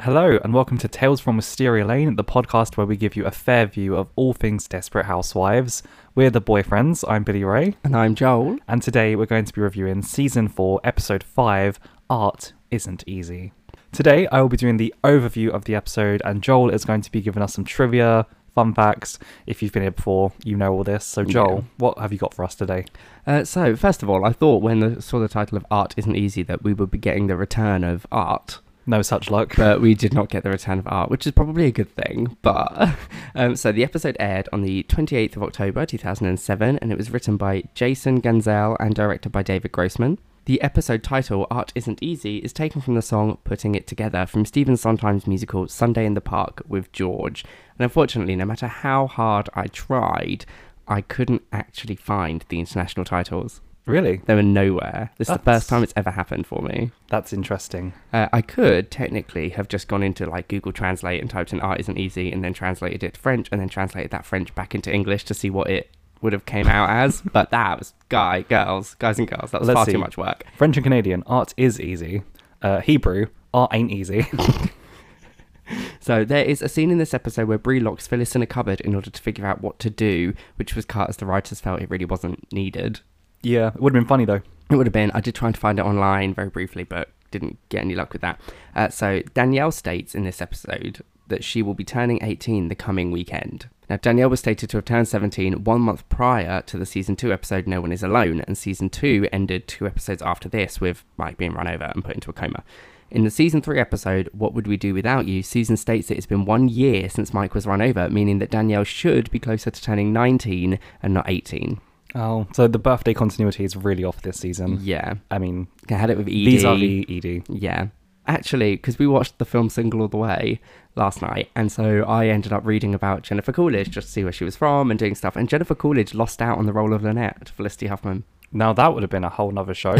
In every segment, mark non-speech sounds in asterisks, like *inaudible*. Hello, and welcome to Tales from Wisteria Lane, the podcast where we give you a fair view of all things Desperate Housewives. We're the boyfriends. I'm Billy Ray, And I'm Joel. and today we're going to be reviewing Season 4, Episode 5 Art Isn't Easy. Today I will be doing the overview of the episode, and Joel is going to be giving us some trivia, fun facts. If you've been here before, you know all this. So, Joel, Yeah. what have you got for us today? Uh, so, first of all, I thought when I saw the title of Art Isn't Easy that we would be getting the return of art, No such luck. but we did not get the return of art, which is probably a good thing. But *laughs* um, so the episode aired on the 28th of October 2007, and it was written by Jason Gunzel and directed by David Grossman. The episode title, Art Isn't Easy, is taken from the song Putting It Together from Stephen Sondheim's musical Sunday in the Park with George. And unfortunately, no matter how hard I tried, I couldn't actually find the international titles. Really? They were nowhere. This is the That's- first time it's ever happened for me. That's interesting. Uh, I could technically have just gone into like Google Translate and typed in "art isn't easy" and then translated it to French and then translated that French back into English to see what it would have came *laughs* out as. But that was guy, girls, guys and girls. That was Let's far see. too much work. French and Canadian, art is easy. Uh, Hebrew, art ain't easy. So there is a scene in this episode where Brie locks Phyllis in a cupboard in order to figure out what to do, which was cut as the writers felt it really wasn't needed. yeah, it would have been funny though. It would have been. I did try and find it online very briefly, but didn't get any luck with that. Uh, so Danielle states in this episode that she will be turning 18 the coming weekend. Now Danielle was stated to have turned 17 one month prior to the season two episode "No One Is Alone," and season two ended two episodes after this with Mike being run over and put into a coma. In the season three episode, What Would We Do Without You? Susan states that it's been one year since Mike was run over, meaning that Danielle should be closer to turning 19 and not 18. Oh, so the birthday continuity is really off this season. Yeah. I mean, I had it with Ed. Um, these are the E ED. Yeah. Actually, because we watched the film Single All the Way last night, and so I ended up reading about Jennifer Coolidge just to see where she was from and doing stuff. And Jennifer Coolidge lost out on the role of Lynette to Felicity Huffman. *laughs* Now that would have been a whole nother *laughs* show.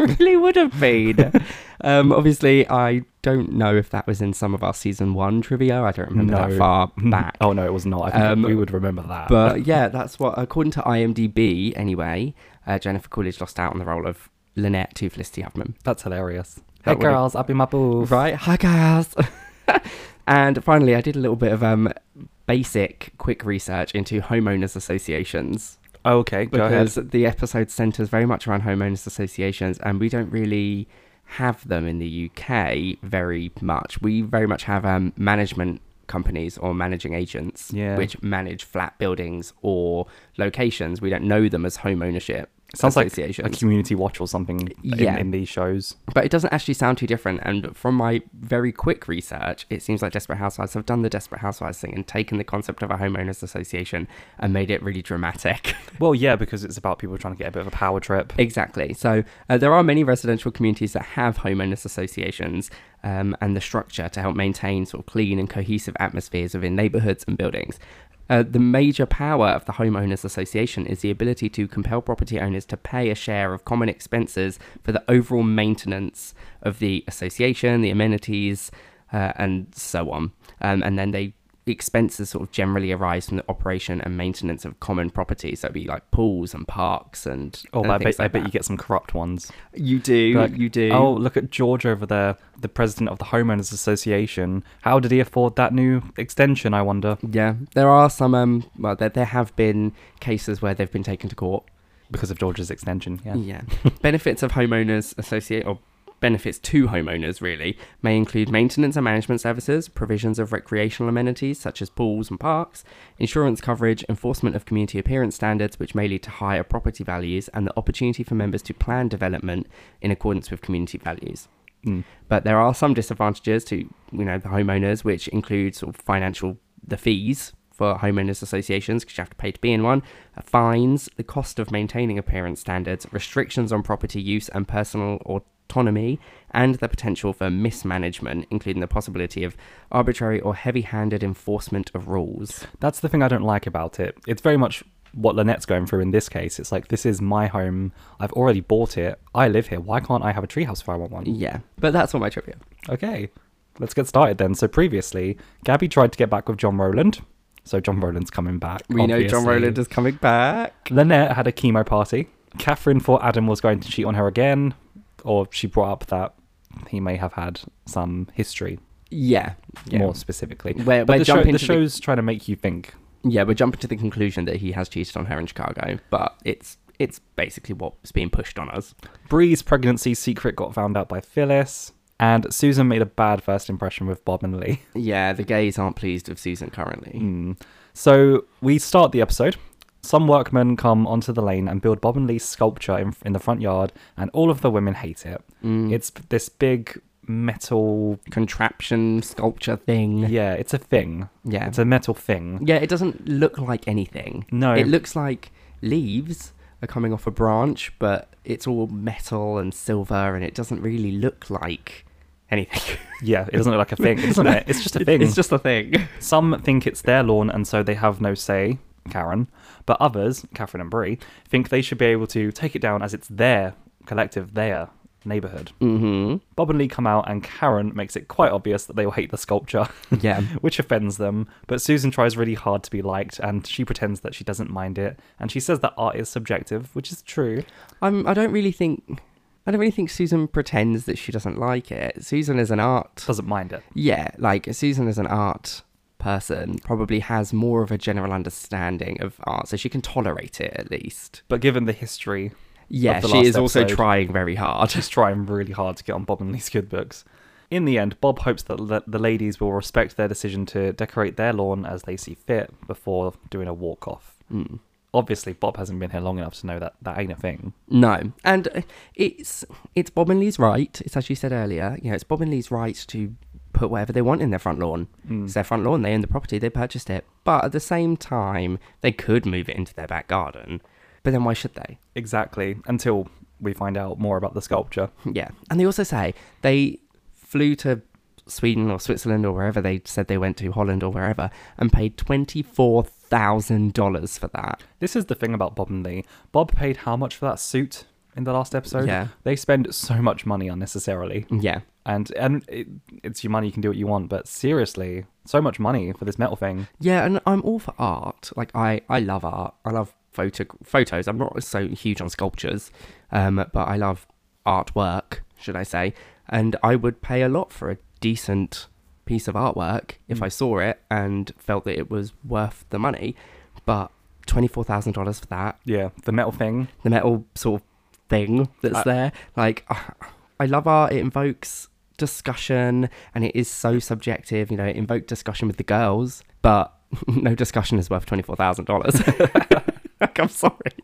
really would have been. *laughs* um, obviously, I don't know if that was in some of our season one trivia. I don't remember No. that far back. *laughs* oh no, it was not. I think Um, we would remember that. But yeah, that's what, according to IMDb anyway, uh, Jennifer Coolidge lost out on the role of Lynette to Felicity Huffman. that's hilarious. That hey would've- girls, up in my booth. Right, hi guys. *laughs* and finally, I did a little bit of um basic quick research into homeowners associations Okay, go ahead. because the episode centres very much around homeowners associations, and we don't really have them in the UK very much. We very much have um management companies or managing agents Yeah. which manage flat buildings or locations. We don't know them as home ownership Sounds like a associations. community watch or something Yeah. in, in these shows. But it doesn't actually sound too different. And from my very quick research, it seems like Desperate Housewives have done the Desperate Housewives thing and taken the concept of a homeowners association and made it really dramatic. Well, yeah, because it's about people trying to get a bit of a power trip. exactly. So uh, there are many residential communities that have homeowners associations um, and the structure to help maintain sort of clean and cohesive atmospheres within neighborhoods and buildings. Uh, the major power of the homeowners association is the ability to compel property owners to pay a share of common expenses for the overall maintenance of the association, the amenities, uh, and so on. Um, and then they expenses sort of generally arise from the operation and maintenance of common property. So it'd be like pools and parks and Oh, and but I things bet, I like bet you that. get some corrupt ones. you do Like, you do. Oh, look at George over there, the president of the homeowners association. How did he afford that new extension? I wonder. Yeah, there are some. Um, well, there, there have been cases where they've been taken to court Because of George's extension. Yeah. Yeah. benefits of homeowners associate or benefits to homeowners really may include maintenance and management services, provisions of recreational amenities such as pools and parks, insurance coverage, enforcement of community appearance standards which may lead to higher property values and the opportunity for members to plan development in accordance with community values. Mm. But there are some disadvantages to, you know, the homeowners which include sort of financial the fees for homeowners associations because you have to pay to be in one, uh, fines, the cost of maintaining appearance standards, restrictions on property use and personal autonomy, and the potential for mismanagement, including the possibility of arbitrary or heavy-handed enforcement of rules. That's the thing I don't like about it. It's very much what Lynette's going through in this case. It's like, this is my home. I've already bought it. I live here. Why can't I have a treehouse if I want one? Yeah, but that's all my trivia. Okay, let's get started then. So previously, Gabby tried to get back with John Rowland. So John Rowland's coming back. We know John obviously. Rowland is coming back. Lynette had a chemo party. Catherine thought Adam was going to cheat on her again, or she brought up that he may have had some history Yeah, yeah. more specifically. We're, But we're the, show, jumping the to show's trying to make you think. the, yeah, we're jumping to the conclusion that he has cheated on her in Chicago, but it's it's basically what's being pushed on us. Bree's pregnancy secret got found out by Phyllis, and Susan made a bad first impression with Bob and Lee. Yeah, the gays aren't pleased with Susan currently. Mm. *laughs* So we start the episode. Some workmen come onto the lane and build Bob and Lee's sculpture in, in the front yard, and all of the women hate it. Mm. It's this big metal. contraption sculpture thing. Yeah, it's a thing. Yeah. It's a metal thing. yeah, it doesn't look like anything. No. It looks like leaves are coming off a branch, but it's all metal and silver and it doesn't really look like anything. Yeah, it doesn't look like a thing, doesn't it? It's just a thing. *laughs* it's just a thing. Some think it's their lawn and so they have no say, Karen. But others, Catherine and Brie, think they should be able to take it down as it's their collective, their neighborhood. hmm Bob and Lee come out and Karen makes it quite obvious that they will hate the sculpture, *laughs* *laughs* Yeah. which offends them. But Susan tries really hard to be liked and she pretends that she doesn't mind it. And she says that art is subjective, which is true. I'm I don't really think I don't really think Susan pretends that she doesn't like it. Susan is an art Doesn't mind it. Yeah, like Susan is an art person, probably has more of a general understanding of art, so she can tolerate it at least. But given the history, Yeah, of the she last is also episode. trying very hard. *laughs* just trying really hard to get on Bob and Lee's good books. In the end, Bob hopes that the- the ladies will respect their decision to decorate their lawn as they see fit before doing a walk off. Mm. Obviously, Bob hasn't been here long enough to know that that ain't a thing. No, and uh, it's it's Bob and Lee's right. It's as you said earlier. You know, it's Bob and Lee's right to put whatever they want in their front lawn. Mm. It's their front lawn. They own the property. They purchased it. But at the same time, they could move it into their back garden. But then why should they? Exactly, until we find out more about the sculpture. Hmm. Yeah, and they also say they flew to Sweden or Switzerland or wherever they said they went to, Holland or wherever, and paid twenty four thousand dollars for that. This is the thing about Bob and Lee. Bob paid how much for that suit in the last episode? Yeah. They spend so much money unnecessarily. Yeah, And and it, it's your money, you can do what you want, but seriously, so much money for this metal thing. Yeah, and I'm all for art. Like I, I love art. I love photo photos. I'm not so huge on sculptures, um, but I love artwork, should I say? And I would pay a lot for a decent piece of artwork if I saw it and felt that it was worth the money. But twenty four thousand dollars for that, Yeah, the metal thing. the metal sort of thing that's I- there. Like, uh, I love art. It invokes discussion, and it is so subjective. You know, it invoked discussion with the girls, but *laughs* no discussion is worth twenty four thousand dollars. *laughs* like, I'm sorry.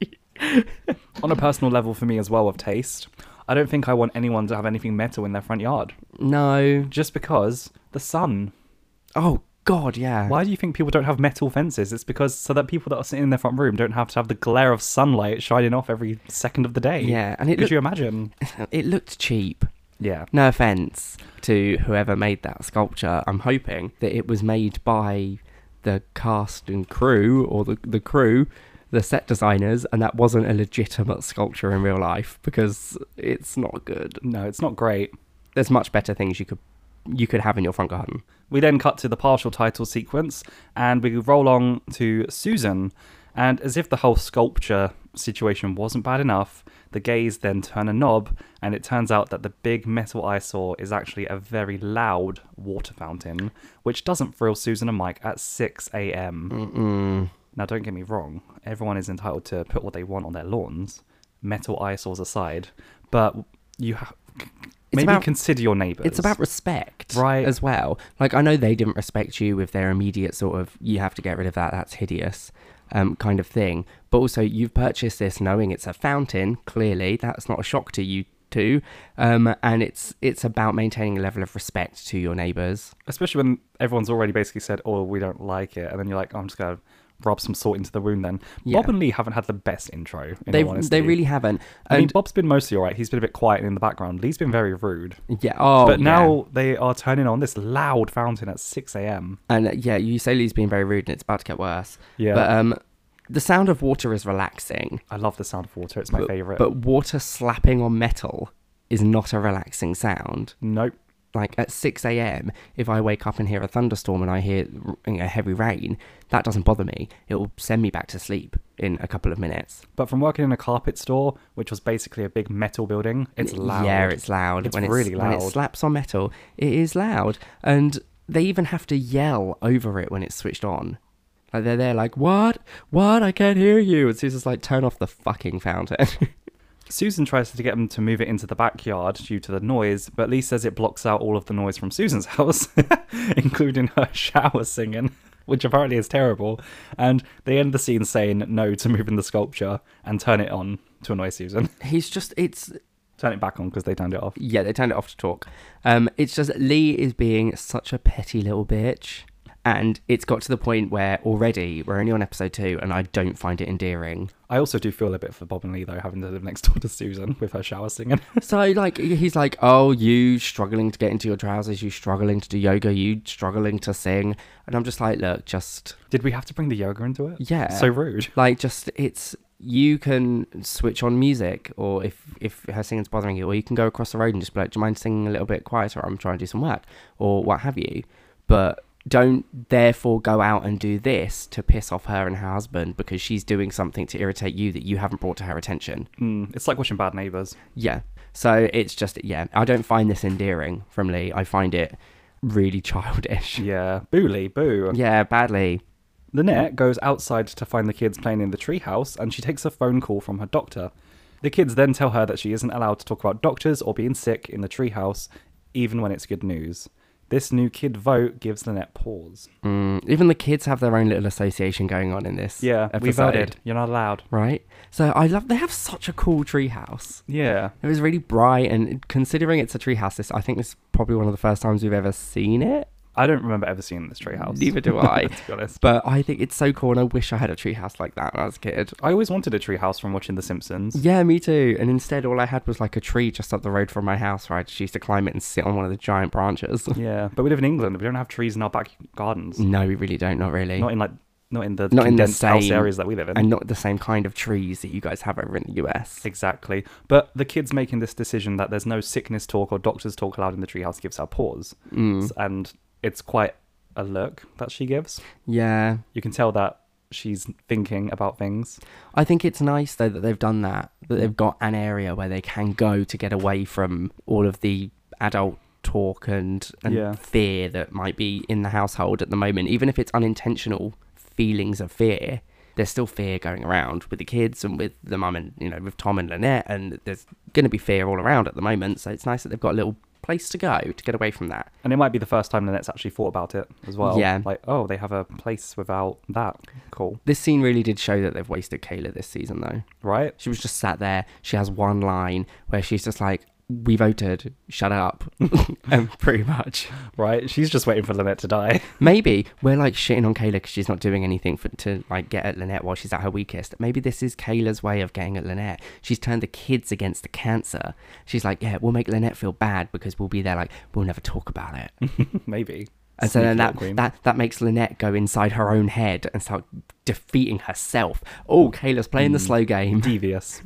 on a personal level for me as well of taste, I don't think I want anyone to have anything metal in their front yard No. just because the sun. Oh God, yeah. Why do you think people don't have metal fences? It's because so that people that are sitting in their front room don't have to have the glare of sunlight shining off every second of the day. Yeah, and it Could you imagine? looked, *laughs* it looked cheap. Yeah. No offense to whoever made that sculpture. I'm hoping that it was made by the cast and crew or the, the crew, the set designers, and that wasn't a legitimate sculpture in real life because it's not good. No, it's not great. There's much better things you could you could have in your front garden. We then cut to the partial title sequence and we roll on to Susan. And as if the whole sculpture situation wasn't bad enough, the gays then turn a knob and it turns out that the big metal eyesore is actually a very loud water fountain, which doesn't thrill Susan and Mike at 6 a.m. Mm-mm. Now, don't get me wrong, everyone is entitled to put what they want on their lawns, metal eyesores aside, but you have. Maybe about- consider your neighbours. It's about respect, Right. As well, like I know they didn't respect you with their immediate sort of "you have to get rid of that, that's hideous" um, kind of thing. But also, you've purchased this knowing it's a fountain. Clearly, that's not a shock to you too, um, and it's it's about maintaining a level of respect to your neighbours. especially when everyone's already basically said, "Oh, we don't like it," and then you're like, "Oh, "I'm just gonna rub some salt into the wound." Then Yeah. Bob and Lee haven't had the best intro. In They all honesty. they really haven't. I mean, And Bob's been mostly alright. He's been a bit quiet and in the background. Lee's been very rude. yeah, oh, but yeah. now they are turning on this loud fountain at 6 a.m. And uh, yeah, you say Lee's being very rude, and it's about to get worse. Yeah. But um, the sound of water is relaxing. I love the sound of water. It's my but, favorite. But water slapping on metal is not a relaxing sound. nope. Like at 6 a.m., if I wake up and hear a thunderstorm and I hear you know, heavy rain, that doesn't bother me. It will send me back to sleep. in a couple of minutes. But from working in a carpet store, which was basically a big metal building, it's loud. Yeah, it's loud. It's when really When it loud. slaps on metal, it is loud. And they even have to yell over it when it's switched on. Like they're there like, what? What? I can't hear you. And Susan's like, turn off the fucking fountain. *laughs* Susan tries to get them to move it into the backyard due to the noise, but Lee says it blocks out all of the noise from Susan's *laughs* house, including her shower singing, *laughs* which apparently is terrible. And they end the scene saying no to moving the sculpture and turn it on to annoy Susan. *laughs* He's just, it's, turn it back on because they turned it off. yeah, they turned it off to talk. Um, it's just Lee is being such a petty little bitch. And it's got to the point where already we're only on episode two and I don't find it endearing. I also do feel a bit for Bob and Lee though, having to live next door to Susan *laughs* with her shower singing. So like he's like, oh, you struggling to get into your trousers, you struggling to do yoga, you struggling to sing, and I'm just like, look, just Did we have to bring the yoga into it? yeah, So rude. like just it's you can switch on music, or if if her singing's bothering you, or you can go across the road and just be like, do you mind singing a little bit quieter? I'm trying to do some work, or what have you, but. Don't therefore go out and do this to piss off her and her husband because she's doing something to irritate you that you haven't brought to her attention. Mm, it's like watching Bad Neighbours. Yeah. So it's just yeah, I don't find this endearing from Lee. I find it really *laughs* childish. Yeah, Yeah. Boo Lee, boo. badly. Lynette goes outside to find the kids playing in the treehouse and she takes a phone call from her doctor. The kids then tell her that she isn't allowed to talk about doctors or being sick in the treehouse, even when it's good news. This new kid vote gives Lynette pause. Mm, even the kids have their own little association going on in this. Yeah, we episode, voted. You're not allowed. Right. So I love. They have such a cool treehouse. Yeah. It was really bright, and considering it's a treehouse, this I think this is probably one of the first times we've ever seen it. I don't remember ever seeing this treehouse. *laughs* Neither do I. to be honest. but I think it's so cool, and I wish I had a treehouse like that when I was a kid. I always wanted a treehouse from watching The Simpsons. Yeah, me too. And instead, all I had was like a tree just up the road from my house where I just used to climb it and sit on one of the giant branches. Yeah, but we live in England. We don't have trees in our back gardens. no, we really don't. Not really. Not in like, not in the Not in the condensed house same- areas that we live in. and not the same kind of trees that you guys have over in the US. Exactly. But the kids making this decision that there's no sickness talk or doctors talk allowed in the treehouse gives her pause. Mm. S- And it's quite a look that she gives. Yeah. You can tell that she's thinking about things. I think it's nice though that they've done that, that they've got an area where they can go to get away from all of the adult talk and, and Yeah. fear that might be in the household at the moment. Even if it's unintentional feelings of fear, there's still fear going around with the kids and with the mum and, you know, with Tom and Lynette. And there's going to be fear all around at the moment. So it's nice that they've got a little place to go to get away from that. And it might be the first time Lynette's actually thought about it as well. Yeah. Like, oh, they have a place without that. Cool. This scene really did show that they've wasted Kayla this season though. Right? She was just sat there. She has one line where she's just like, "We voted. Shut up." um, pretty much. Right? She's just waiting for Lynette to die. *laughs* Maybe we're like shitting on Kayla because she's not doing anything for, to like get at Lynette while she's at her weakest. Maybe this is Kayla's way of getting at Lynette. She's turned the kids against the cancer. She's like, "Yeah, we'll make Lynette feel bad because we'll be there. Like, we'll never talk about it." Maybe. And so Sneaky then little that, queen. that that makes Lynette go inside her own head and start defeating herself. Oh, Kayla's playing the slow game. devious.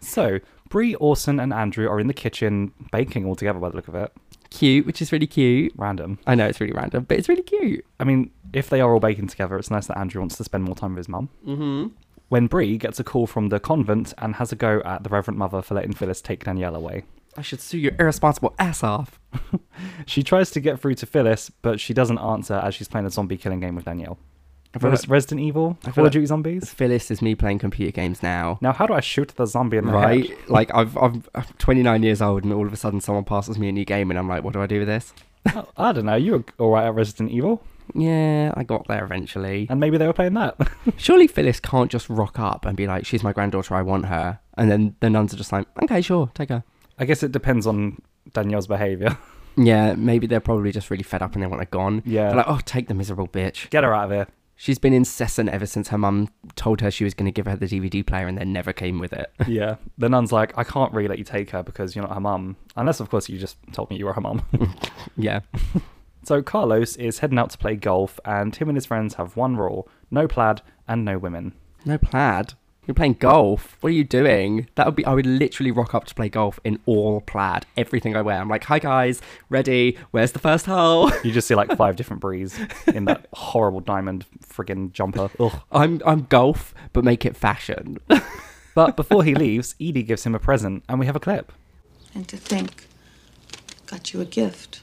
so, Bree, Orson, and Andrew are in the kitchen baking all together by the look of it. Cute, which is really cute. Random. I know it's really random, but it's really cute. I mean, if they are all baking together, it's nice that Andrew wants to spend more time with his mum. Mm-hmm. When Bree gets a call from the convent and has a go at the Reverend Mother for letting Phyllis take Danielle away. I should sue your irresponsible ass off. She tries to get through to Phyllis, but she doesn't answer as she's playing a zombie killing game with Danielle. I feel Res- like- Resident Evil? I feel Call of like- Duty Zombies? Phyllis is me playing computer games now. Now, how do I shoot the zombie in the Right, head? *laughs* like I've, I've, I'm 29 years old, and all of a sudden someone passes me a new game, and I'm like, what do I do with this? *laughs* Oh, I don't know. You were all right at Resident Evil, Yeah, I got there eventually. *laughs* and maybe they were playing that. *laughs* Surely Phyllis can't just rock up and be like, she's my granddaughter, I want her, and then the nuns are just like, okay, sure, take her. I guess it depends on Danielle's behavior. *laughs* Yeah, maybe they're probably just really fed up and they want her gone. Yeah. They're like, oh, take the miserable bitch. Get her out of here. She's been incessant ever since her mum told her she was going to give her the DVD player and then never came with it. *laughs* Yeah. The nun's like, I can't really let you take her because you're not her mum. Unless, of course, you just told me you were her mum. yeah. So Carlos is heading out to play golf, and him and his friends have one rule: no plaid and no women. No plaid. You're playing golf. What are you doing? That would be. I would literally rock up to play golf in all plaid, everything I wear. I'm like, hi guys, ready? Where's the first hole? *laughs* You just see like five different breeze in that horrible diamond friggin' jumper. Ugh. I'm I'm golf, but make it fashion. But before he leaves, Edie gives him a present, and we have a clip. And to think, I got you a gift.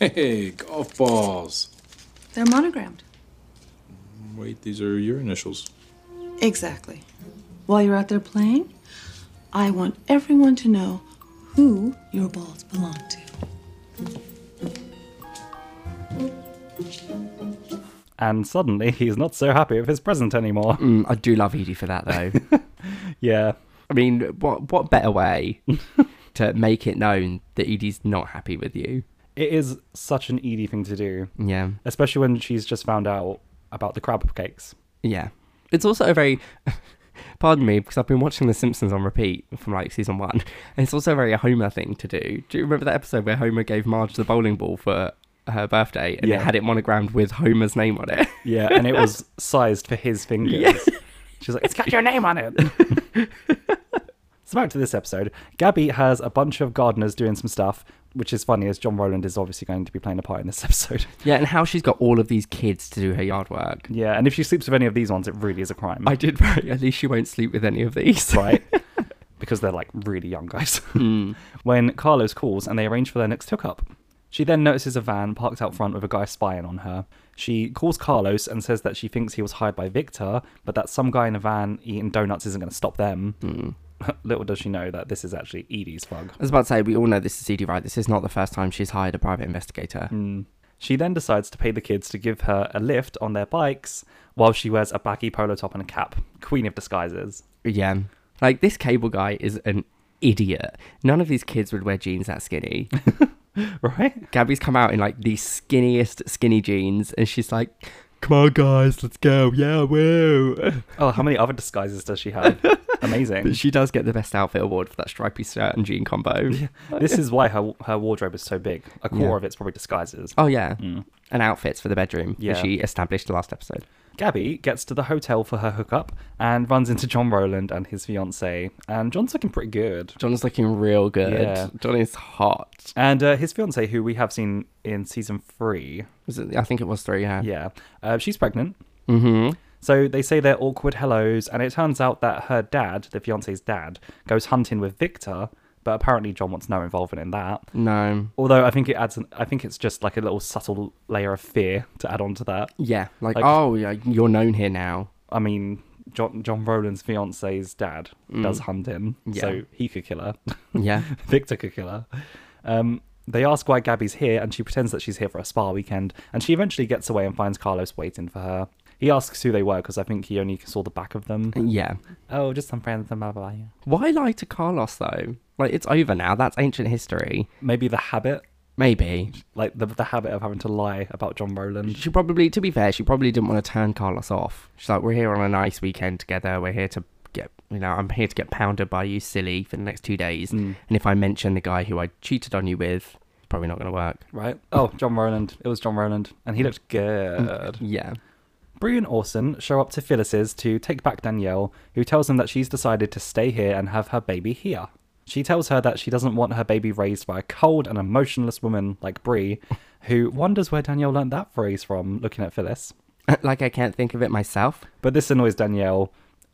Hey, golf balls. They're monogrammed. Wait, these are your initials. Exactly. While you're out there playing, I want everyone to know who your balls belong to. And suddenly, *laughs* he's not so happy with his present anymore. Mm, I do love Edie for that though. Yeah, I mean, what what better way to make it known that Edie's not happy with you? it is such an Edie thing to do, Yeah, especially when she's just found out about the crab cakes. yeah. It's also a very, *laughs* pardon me, because I've been watching The Simpsons on repeat from like season one, *laughs* and it's also a very Homer thing to do. Do you remember that episode where Homer gave Marge the bowling ball for her birthday, and Yeah. it had it monogrammed with Homer's name on it? *laughs* Yeah, and it was sized for his fingers. She's like, it's got your name on it. *laughs* so back to this episode. Gabby has a bunch of gardeners doing some stuff, which is funny as John Rowland is obviously going to be playing a part in this *laughs* episode. yeah, and how she's got all of these kids to do her yard work. Yeah, and if she sleeps with any of these ones, it really is a crime, I did *laughs* right. At least she won't sleep with any of these. *laughs* *laughs* right? because they're like really young guys. *laughs* when Carlos calls and they arrange for their next hookup. She then notices a van parked out front with a guy spying on her. She calls Carlos and says that she thinks he was hired by Victor, but that some guy in a van eating donuts isn't going to stop them. *laughs* Little does she know that this is actually Edie's bug. I was about to say, we all know this is Edie, right? This is not the first time she's hired a private investigator. She then decides to pay the kids to give her a lift on their bikes while she wears a baggy polo top and a cap. Queen of disguises. Yeah. Like, this cable guy is an idiot. None of these kids would wear jeans that skinny. Right? Gabby's come out in like the skinniest skinny jeans, and she's like, come on, guys, let's go. Yeah, woo. *laughs* Oh, how many other disguises does she have? Amazing. But she does get the best outfit award for that stripy shirt and jean combo. *laughs* this is why her her wardrobe is so big. A core Yeah. of it's probably disguises. Oh, yeah. And outfits for the bedroom, Yeah. which she established last episode. Gabby gets to the hotel for her hookup and runs into John Rowland and his fiance. And John's looking pretty good. John's looking real good. Yeah. John is hot. And uh, his fiance, who we have seen in season three, Was it, I think it was three, yeah. yeah, uh, she's pregnant. Mm-hmm. So they say their awkward hellos, and it turns out that her dad, the fiance's dad, goes hunting with Victor, but apparently John wants no involvement in that. No. Although I think it adds, an, I think it's just like a little subtle layer of fear to add on to that. Yeah, like, Like- oh, yeah, you're known here now. I mean, John John Rowland's fiance's dad does hunting, Yeah. so he could kill her. *laughs* Yeah, Victor could kill her. Um, they ask why Gabby's here, and she pretends that she's here for a spa weekend. And she eventually gets away and finds Carlos waiting for her. He asks who they were because I think he only saw the back of them. yeah. Oh, just some friends and blah blah. blah. yeah. Why lie to Carlos though? Like it's over now. That's ancient history. Maybe the habit, Maybe like the the habit of having to lie about John Rowland. she probably, to be fair, she probably didn't want to turn Carlos off. She's like, we're here on a nice weekend together. We're here to get, you know, I'm here to get pounded by you, silly, for the next two days. And if I mention the guy who I cheated on you with, probably not going to work. Right. Oh, John Rowland. It was John Rowland. And he looked good. Yeah. Bree and Orson show up to Phyllis's to take back Danielle, who tells them that she's decided to stay here and have her baby here. She tells her that she doesn't want her baby raised by a cold and emotionless woman like Bree, who wonders where Danielle learnt that phrase from looking at Phyllis. *laughs* like I can't think of it myself. But this annoys Danielle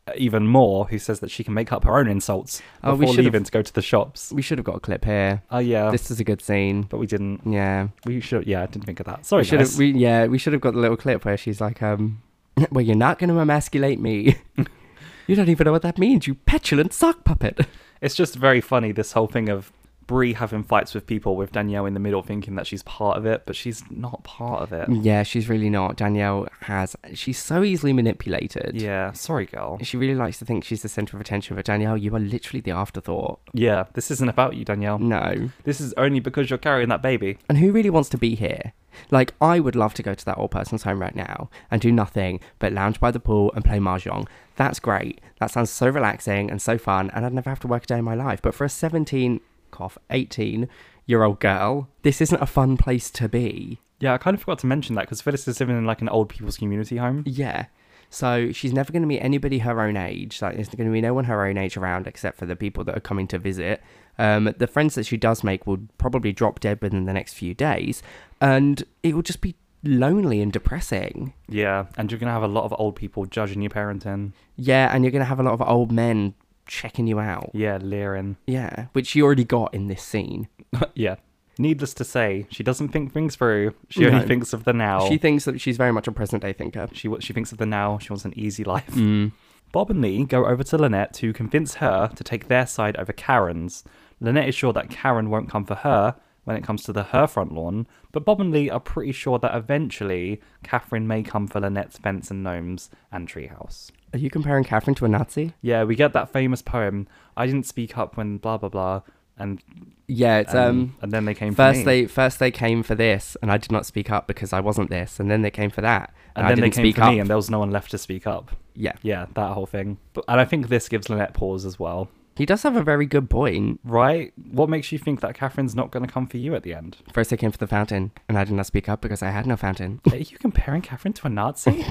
uh, even more, who says that she can make up her own insults Oh, we before should've- leaving to go to the shops. We should have got a clip here. Oh, yeah. This is a good scene. But we didn't. Yeah. We should. Yeah, I didn't think of that. Sorry, We should guys. have. We, yeah, we should have got the little clip where she's like, um, *laughs* "Well, you're not going to emasculate me. *laughs* you don't even know what that means, you petulant sock puppet." *laughs* It's just very funny this whole thing of Bree having fights with people with Danielle in the middle, thinking that she's part of it, but she's not part of it. yeah, she's really not. Danielle has. She's so easily manipulated. Yeah, sorry, girl. She really likes to think she's the center of attention, but Danielle, you are literally the afterthought. Yeah, this isn't about you, Danielle. No. This is only because you're carrying that baby. And who really wants to be here? Like, I would love to go to that old person's home right now and do nothing but lounge by the pool and play mahjong. That's great. That sounds so relaxing and so fun, and I'd never have to work a day in my life. But for a 17, cough, 18 year old girl, this isn't a fun place to be. Yeah, I kind of forgot to mention that because Phyllis is living in like an old people's community home. Yeah. So she's never going to meet anybody her own age. Like, there's going to be no one her own age around except for the people that are coming to visit. Um, the friends that she does make will probably drop dead within the next few days. And it will just be lonely and depressing. Yeah, and you're gonna have a lot of old people judging your parenting. Yeah. And you're going to have a lot of old men checking you out. Yeah, leering. Yeah. Which you already got in this scene. yeah. Needless to say, she doesn't think things through. She only No. thinks of the now. She She, thinks that she's very much a present day thinker. she wa- she thinks of the now. She wants an easy life. Mm. Bob and Lee go over to Lynette to convince her to take their side over Karen's. Lynette is sure that Karen won't come for her when it comes to the her front lawn, but Bob and Lee are pretty sure that eventually Catherine may come for Lynette's fence and gnomes and treehouse. Are you comparing Catherine to a Nazi? Yeah, we get that famous poem, I didn't speak up when blah blah blah and Yeah. It's, and, um, and then they came for First me. they first they came for this, and I did not speak up because I wasn't this, and then they came for that, and I then they didn't came speak for up. me and there was no one left to speak up. yeah. Yeah, that whole thing. But, and I think this gives Lynette pause as well. he does have a very good point. Right? What makes you think that Catherine's not going to come for you at the end? First they came for the fountain, and I did not speak up because I had no fountain. *laughs* Are you comparing Catherine to a Nazi?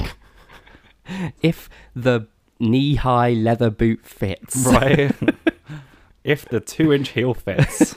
if the knee-high leather boot fits, *laughs* right? if the two inch heel fits.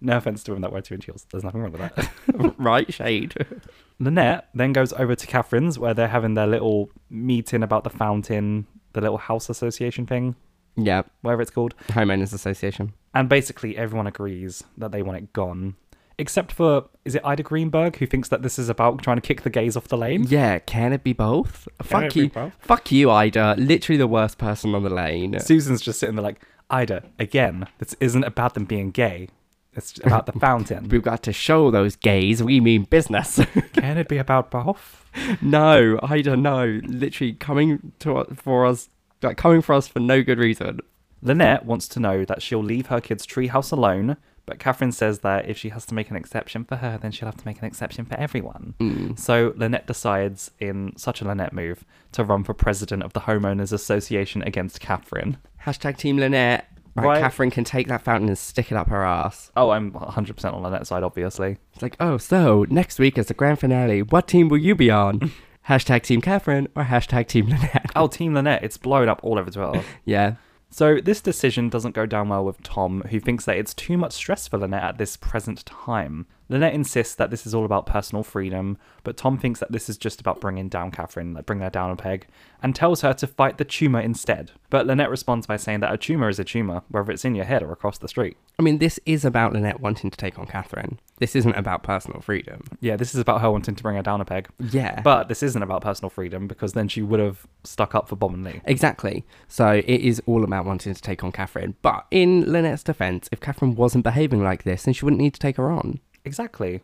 no offense to him that wear two inch heels. There's nothing wrong with that. right shade. *laughs* Lynette then goes over to Catherine's where they're having their little meeting about the fountain, the little house association thing, yeah, whatever it's called. homeowners association. And basically, everyone agrees that they want it gone. Except for, is it Ida Greenberg who thinks that this is about trying to kick the gays off the lane? Yeah, can it be both? it fuck be you, both? fuck you, Ida. Literally the worst person on the *laughs* lane. Susan's just sitting there like, Ida, again, this isn't about them being gay. It's about the fountain. We've got to show those gays we mean business. *laughs* *laughs* Can it be about both? No, I don't know. Literally coming to us for us, like coming for us for no good reason. Lynette wants to know that she'll leave her kids' treehouse alone, but Catherine says that if she has to make an exception for her, then she'll have to make an exception for everyone. So Lynette decides, in such a Lynette move, to run for president of the Homeowners Association against Catherine. Hashtag Team Lynette. Right, Right. Catherine can take that fountain and stick it up her ass. Oh, I'm 100% on Lynette's side, obviously. It's like, oh, so next week is the grand finale. What team will you be *laughs* on? hashtag Team Catherine or hashtag Team *laughs* Lynette. Oh, Team Lynette, it's blown up all over Twitter. Yeah. So this decision doesn't go down well with Tom, who thinks that it's too much stress for Lynette at this present time. Lynette insists that this is all about personal freedom, but Tom thinks that this is just about bringing down Catherine, like bring her down a peg, and tells her to fight the tumor instead. But Lynette responds by saying that a tumor is a tumor, whether it's in your head or across the street. I mean, this is about Lynette wanting to take on Catherine. This isn't about personal freedom. Yeah, this is about her wanting to bring her down a peg. Yeah. But this isn't about personal freedom because then she would have stuck up for Bob and Lee. Exactly. So it is all about wanting to take on Catherine. But in Lynette's defense, if Catherine wasn't behaving like this, then she wouldn't need to take her on. Exactly.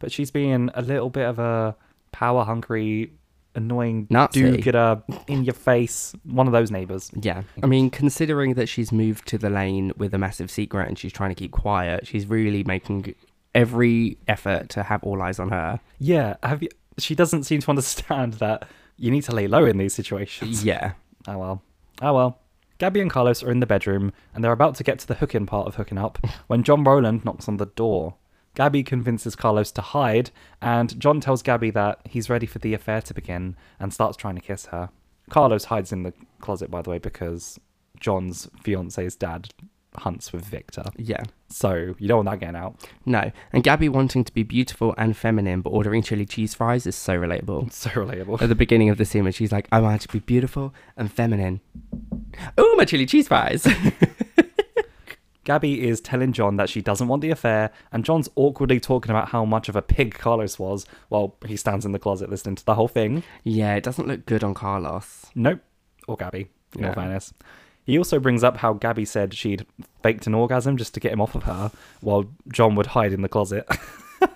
But she's being a little bit of a power hungry, annoying Nazi. do-gooder in your face, one of those neighbours. Yeah. I mean, considering that she's moved to the lane with a massive secret and she's trying to keep quiet, she's really making every effort to have all eyes on her. Yeah, have you she doesn't seem to understand that you need to lay low in these situations. Yeah. Oh well. Oh well. Gabby and Carlos are in the bedroom and they're about to get to the hooking part of hooking up when John Rowland knocks on the door. Gabby convinces Carlos to hide, and John tells Gabby that he's ready for the affair to begin and starts trying to kiss her. Carlos hides in the closet, by the way, because John's fiance's dad hunts with Victor. Yeah. So you don't want that getting out. *laughs* No. And Gabby wanting to be beautiful and feminine, but ordering chili cheese fries is so relatable. So relatable. At the beginning of the scene, when she's like, I want to be beautiful and feminine. Oh, my chili cheese *laughs* fries. Gabby is telling John that she doesn't want the affair, and John's awkwardly talking about how much of a pig Carlos was while he stands in the closet listening to the whole thing. yeah, it doesn't look good on Carlos. Nope. Or Gabby, in all Yeah. fairness. He also brings up how Gabby said she'd faked an orgasm just to get him off of her, while John would hide in the closet. *laughs*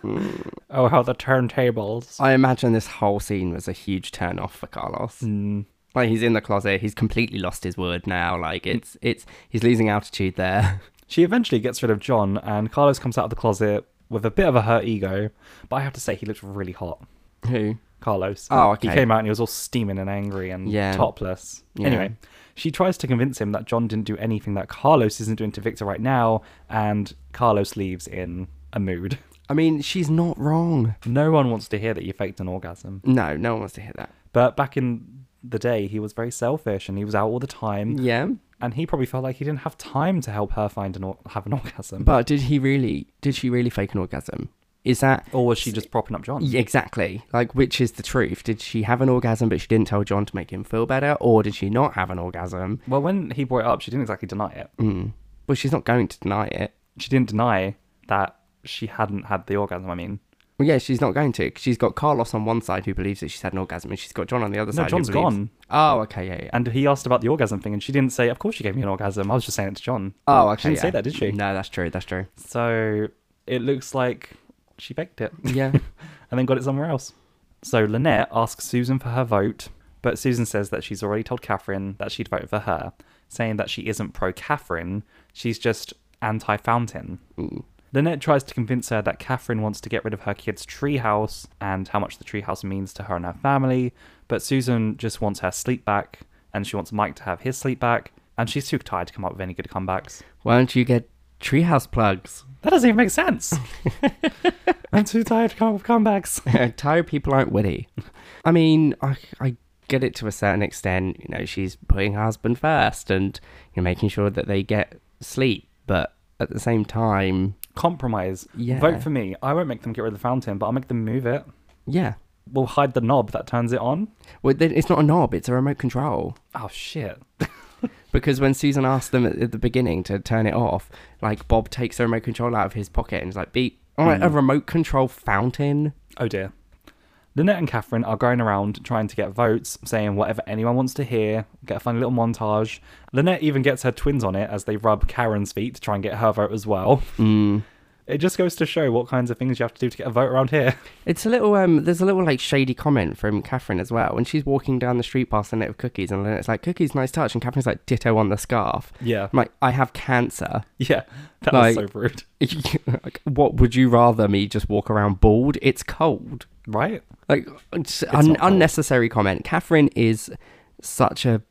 oh, how the turntables. I imagine this whole scene was a huge turn off for Carlos. Like he's in the closet, he's completely lost his word now. Like it's it's he's losing altitude there. *laughs* She eventually gets rid of John, and Carlos comes out of the closet with a bit of a hurt ego, but I have to say, he looked really hot. Who? Carlos. Oh, He okay. came out and he was all steaming and angry and Yeah. topless. Yeah. Anyway, she tries to convince him that John didn't do anything that Carlos isn't doing to Victor right now, and Carlos leaves in a mood. *laughs* I mean, she's not wrong. No one wants to hear that you faked an orgasm. No, no one wants to hear that. But back in the day, he was very selfish and he was out all the time. Yeah. And he probably felt like he didn't have time to help her find an or- have an *laughs* orgasm. But did he really? Did she really fake an orgasm? Is that or was she just propping up John? Yeah, exactly like which is the truth? Did she have an orgasm but she didn't tell John to make him feel better, or did she not have an orgasm? Well, when he brought it up, she didn't exactly deny it. Mm. Well, she's not going to deny it. She didn't deny that she hadn't had the orgasm. I mean, Well, yeah, she's not going to. 'cause She's got Carlos on one side who believes that she's had an orgasm, and she's got John on the other No, side. John's who believes... gone. Oh, okay, yeah, yeah. and he asked about the orgasm thing, and she didn't say, "Of course, you gave me an orgasm." I was just saying it to John. Oh, She okay. didn't say yeah. that, did she? No, that's true. That's *laughs* true. So it looks like she faked it. Yeah. and then got it somewhere else. So Lynette asks Susan for her vote, but Susan says that she's already told Catherine that she'd vote for her, saying that she isn't pro Catherine, she's just anti Fountain. Lynette tries to convince her that Catherine wants to get rid of her kid's treehouse and how much the treehouse means to her and her family, but Susan just wants her sleep back, and she wants Mike to have his sleep back, and she's too tired to come up with any good comebacks. Why don't you get treehouse plugs? *laughs* That doesn't even make sense. *laughs* I'm too tired to come up with comebacks. Tired people aren't witty. I mean, I, I get it to a certain extent. You know, she's putting her husband first and you know, making sure that they get sleep, but at the same time, compromise. Yeah. Vote for me. I won't make them get rid of the fountain, but I'll make them move it. yeah. We'll hide the knob that turns it on. Well, then it's not a knob; it's a remote control. Oh shit. Because when Susan asked them at, at the beginning to turn it off, like Bob takes the remote control out of his pocket and is like, "Beep." I'm like, a Mm. remote control fountain. Oh dear. Lynette and Catherine are going around trying to get votes, saying whatever anyone wants to hear, get a funny little montage. Lynette even gets her twins on it as they rub Karen's feet to try and get her vote as well. Mm. It just goes to show what kinds of things you have to do to get a vote around here. *laughs* It's a little um. There's a little like shady comment from Catherine as well when she's walking down the street past a net of cookies, and then it's like cookies, nice touch, and Catherine's like ditto on the scarf. Yeah. I'm like I have cancer. *laughs* *laughs* Yeah, that was Like- so rude. Like, what would you rather me just walk around bald? It's cold. Right? Like it's not un- cold. unnecessary comment. Catherine is such a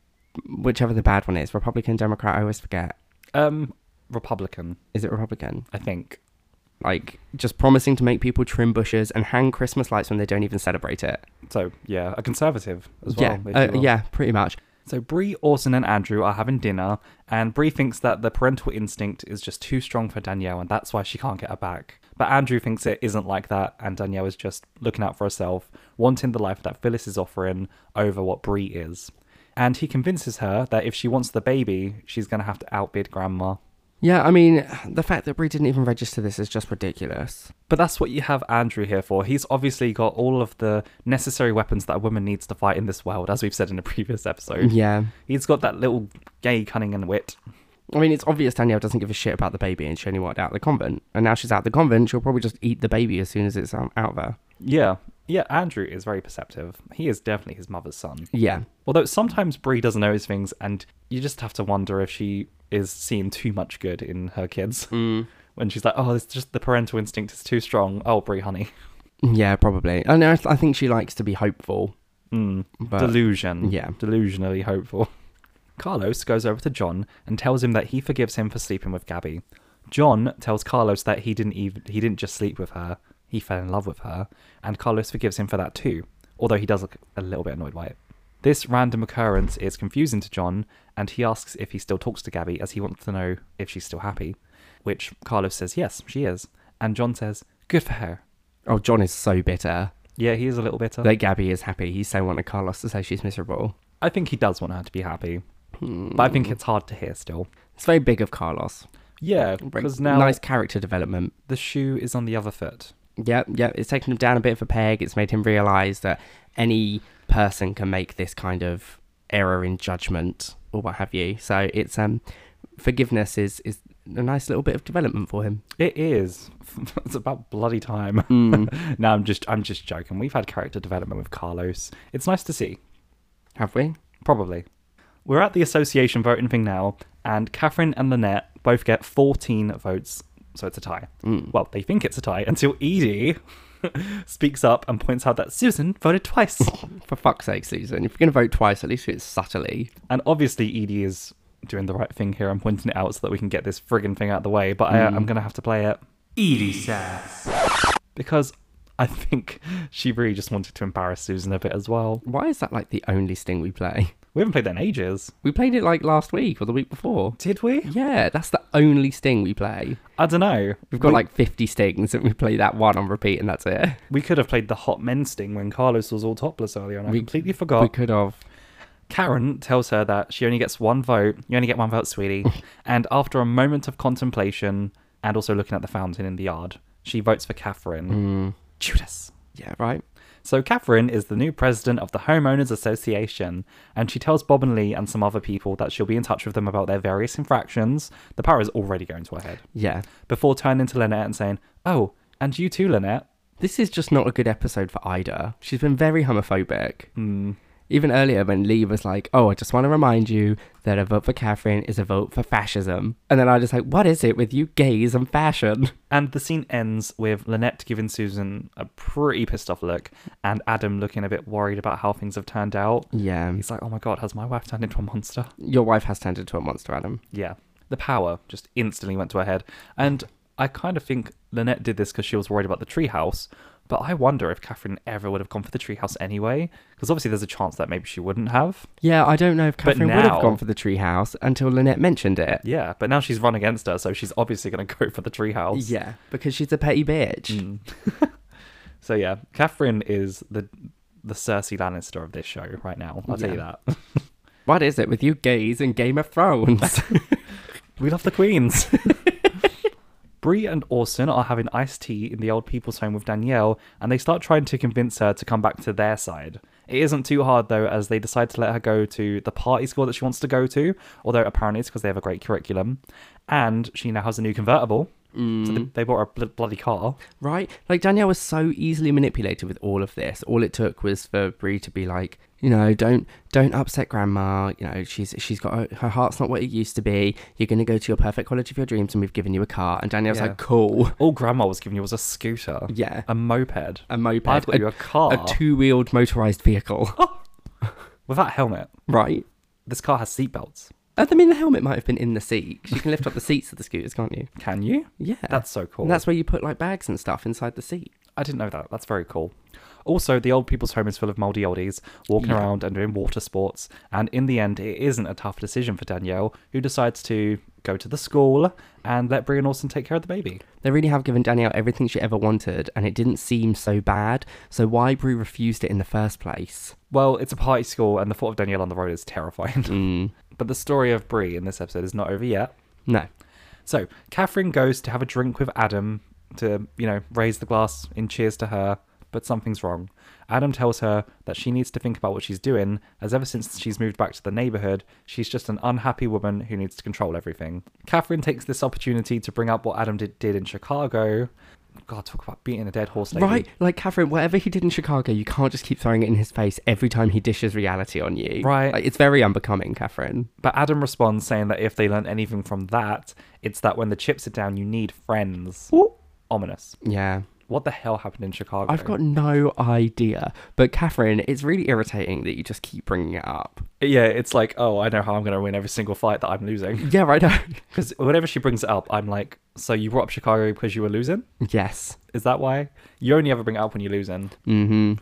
whichever the bad one is, Republican, Democrat. I always forget. Um, Republican, Is it Republican? I think. Like just promising to make people trim bushes and hang Christmas lights when they don't even celebrate it. So yeah, a conservative as well. if yeah, you uh, will. yeah, pretty much. So Bree, Orson, and Andrew are having dinner, and Bree thinks that the parental instinct is just too strong for Danielle, and that's why she can't get her back. But Andrew thinks it isn't like that, and Danielle is just looking out for herself, wanting the life that Phyllis is offering over what Bree is. And he convinces her that if she wants the baby, she's gonna have to outbid Grandma. Yeah, I mean, the fact that Brie didn't even register this is just ridiculous. But that's what you have Andrew here for. He's obviously got all of the necessary weapons that a woman needs to fight in this world, as we've said in a previous episode. Yeah. He's got that little gay cunning and wit. I mean, it's obvious Danielle doesn't give a shit about the baby and she only wanted out of the convent. And now she's out of the convent, she'll probably just eat the baby as soon as it's um, out there. Yeah. Yeah, Andrew is very perceptive. He is definitely his mother's son. Yeah. Although sometimes Bree doesn't notice things and you just have to wonder if she is seeing too much good in her kids. When she's like, oh, it's just the parental instinct is too strong. Oh, Bree, honey. Yeah, probably. I know, I th- I think she likes to be hopeful. Mm. But Delusion. yeah. Delusionally hopeful. *laughs* Carlos goes over to John and tells him that he forgives him for sleeping with Gabby. John tells Carlos that he didn't even he didn't just sleep with her, he fell in love with her, and Carlos forgives him for that too, although he does look a little bit annoyed by it. This random occurrence is confusing to John, and he asks if he still talks to Gabby as he wants to know if she's still happy, which Carlos says yes, she is, and John says, Good for her. Oh, John is so bitter Yeah, he is a little bitter. that Gabby is happy. He's so wanted Carlos to say she's miserable. I think he does want her to be happy, but I think it's hard to hear still. It's very big of Carlos. Yeah, Very because now Nice character development. the shoe is on the other foot. Yep, yep. It's taken him down a bit of a peg. It's made him realise that any person can make this kind of error in judgment or what have you. So it's um forgiveness is is a nice little bit of development for him. It is. *laughs* it's about bloody time. *laughs* no, I'm just, I'm just joking. We've had character development with Carlos. It's nice to see. Have we? Probably. We're at the association voting thing now, and Catherine and Lynette both get 14 votes, so it's a tie. Well, they think it's a tie until Edie *laughs* speaks up and points out that Susan voted twice. For fuck's sake, Susan. If you're gonna vote twice, at least it's subtly. And obviously, Edie is doing the right thing here and Mm. E pointing it out so that we can get this friggin' thing out of the way. But I, I'm going to have to play it. Edie says. because I think she really just wanted to embarrass Susan a bit as well. Why is that like the only sting we play? We haven't played that in ages. We played it like last week or the week before. Did we? Yeah, that's the only sting we play. I don't know. We've got like 50 stings and we play that one on repeat and that's it. We could have played the hot men sting when Carlos was all topless earlier, and I We- completely We forgot. could have. Karen tells her that she only gets one vote. You only get one vote, *laughs* sweetie. and after a moment of contemplation and also looking at the fountain in the yard, she votes for Mm. Catherine. Judas. Yeah, right? So Catherine is the new president of the Homeowners Association, and she tells Bob and Lee and some other people that she'll be in touch with them about their various infractions. The power is already going to her head. Yeah. Before turning to Lynette and saying, Oh, and you too, Lynette. This is just not a good episode for Ida. She's been very homophobic. Even earlier, when Lee was like, Oh, I just want to remind you that a vote for Catherine is a vote for fascism. And then I was like, What is it with you gays and fashion? And the scene ends with Lynette giving Susan a pretty pissed off look and Adam looking a bit worried about how things have turned out. Yeah. He's like, oh my god, has my wife turned into a monster? Your wife has turned into a monster, Adam. Yeah. The power just instantly went to her head. And I kind of think Lynette did this because she was worried about the treehouse. But I wonder if Catherine ever would have gone for the treehouse anyway. Because obviously there's a chance that maybe she wouldn't have. Yeah, I don't know if Catherine would now- have gone for the treehouse until Lynette mentioned it. Yeah, but now she's run against her, so she's obviously going to *laughs* go for the treehouse. Yeah, because she's a petty bitch. So yeah, Catherine is the the Cersei Lannister of this show right now. I'll tell you that. What is it with you gays and Game of *laughs* Thrones? We love the Queens. *laughs* Bree and Orson are having iced tea in the old people's home with Danielle, and they start trying to convince her to come back to their side. It isn't too hard though, as they decide to let her go to the party school that she wants to go to, although apparently it's because they have a great curriculum. And she now has a new convertible. So Mm. they, they bought her a bl- bloody car. right? Like Danielle was so easily manipulated with all of this. All it took was for Brie to be like, you know, don't don't upset grandma. You know, she's she's got her heart's not what it used to be. You're gonna go to your perfect college of your dreams, and we've given you a car. And Danielle's Yeah. like, cool. All grandma was giving you was a scooter. Yeah. Um, A moped. A moped, I've got you a car. a two-wheeled *laughs* motorized vehicle, Without a helmet. right? This car has seatbelts. I mean, the helmet might have been in the seat. 'cause You can lift up the seats of the scooters, can't you? Can you? Yeah, That's so cool. And that's where you put like bags and stuff inside the seat. I didn't know that. That's very cool. Also, the old people's home is full of moldy oldies walking around and doing water sports. And in the end, it isn't a tough decision for Danielle, who decides to go to the school and let Brian Orson take care of the baby. They really have given Danielle everything she ever wanted, and it didn't seem so bad. So why Brie refused it in the first place? Well, it's a party school, and the thought of Danielle on the road is terrifying. *laughs* But the story of Brie in this episode is not over yet. No. So Catherine goes to have a drink with Adam to, you know, raise the glass in cheers to her, but something's wrong. Adam tells her that she needs to think about what she's doing, as ever since she's moved back to the neighborhood, she's just an unhappy woman who needs to control everything. Catherine takes this opportunity to bring up what Adam did, did in Chicago. God, talk about beating a dead horse, lady. Right, like Catherine, whatever he did in Chicago, you can't just keep throwing it in his face every time he dishes reality on you. Right. Like, it's very unbecoming, Catherine. But Adam responds saying that if they learn anything from that, it's that when the chips are down, you need friends. Ominous. Yeah. What the hell happened in Chicago? I've got no idea. But Catherine, it's really irritating that you just keep bringing it up. Yeah, it's like, oh, I know how I'm going to win every single fight that I'm losing. *laughs* Yeah, right. *laughs* Because whenever she brings it up, I'm like, so you brought up Chicago because you were losing? yes. Is that why? You only ever bring it up when you're losing. Mm-hmm.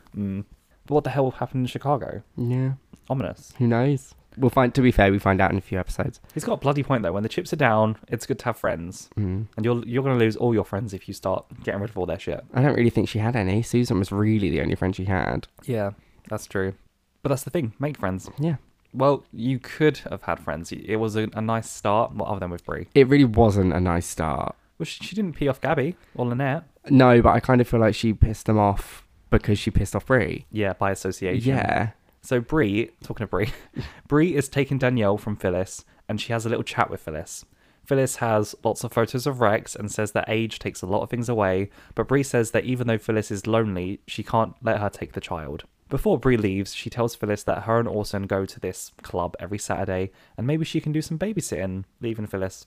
But what the hell happened in Chicago? Yeah. Ominous. Who knows? We'll find, to be fair, we find out in a few episodes. He's got a bloody point though. When the chips are down, it's good to have friends, mm. and you're you're going to lose all your friends if you start getting rid of all their shit. I don't really think she had any. Susan was really the only friend she had. Yeah, that's true. But that's the thing. Make friends. Yeah. Well, you could have had friends. It was a, a nice start. Well, other than with Brie, It really wasn't a nice start. well, she, she didn't pee off Gabby or Lynette. No, but I kind of feel like she pissed them off because she pissed off Brie. Yeah, by association. Yeah. So Bree, talking of Bree, *laughs* Bree is taking Danielle from Phyllis, and she has a little chat with Phyllis. Phyllis has lots of photos of Rex and says that age takes a lot of things away, but Bree says that even though Phyllis is lonely, she can't let her take the child. Before Bree leaves, she tells Phyllis that her and Orson go to this club every Saturday, and maybe she can do some babysitting, leaving Phyllis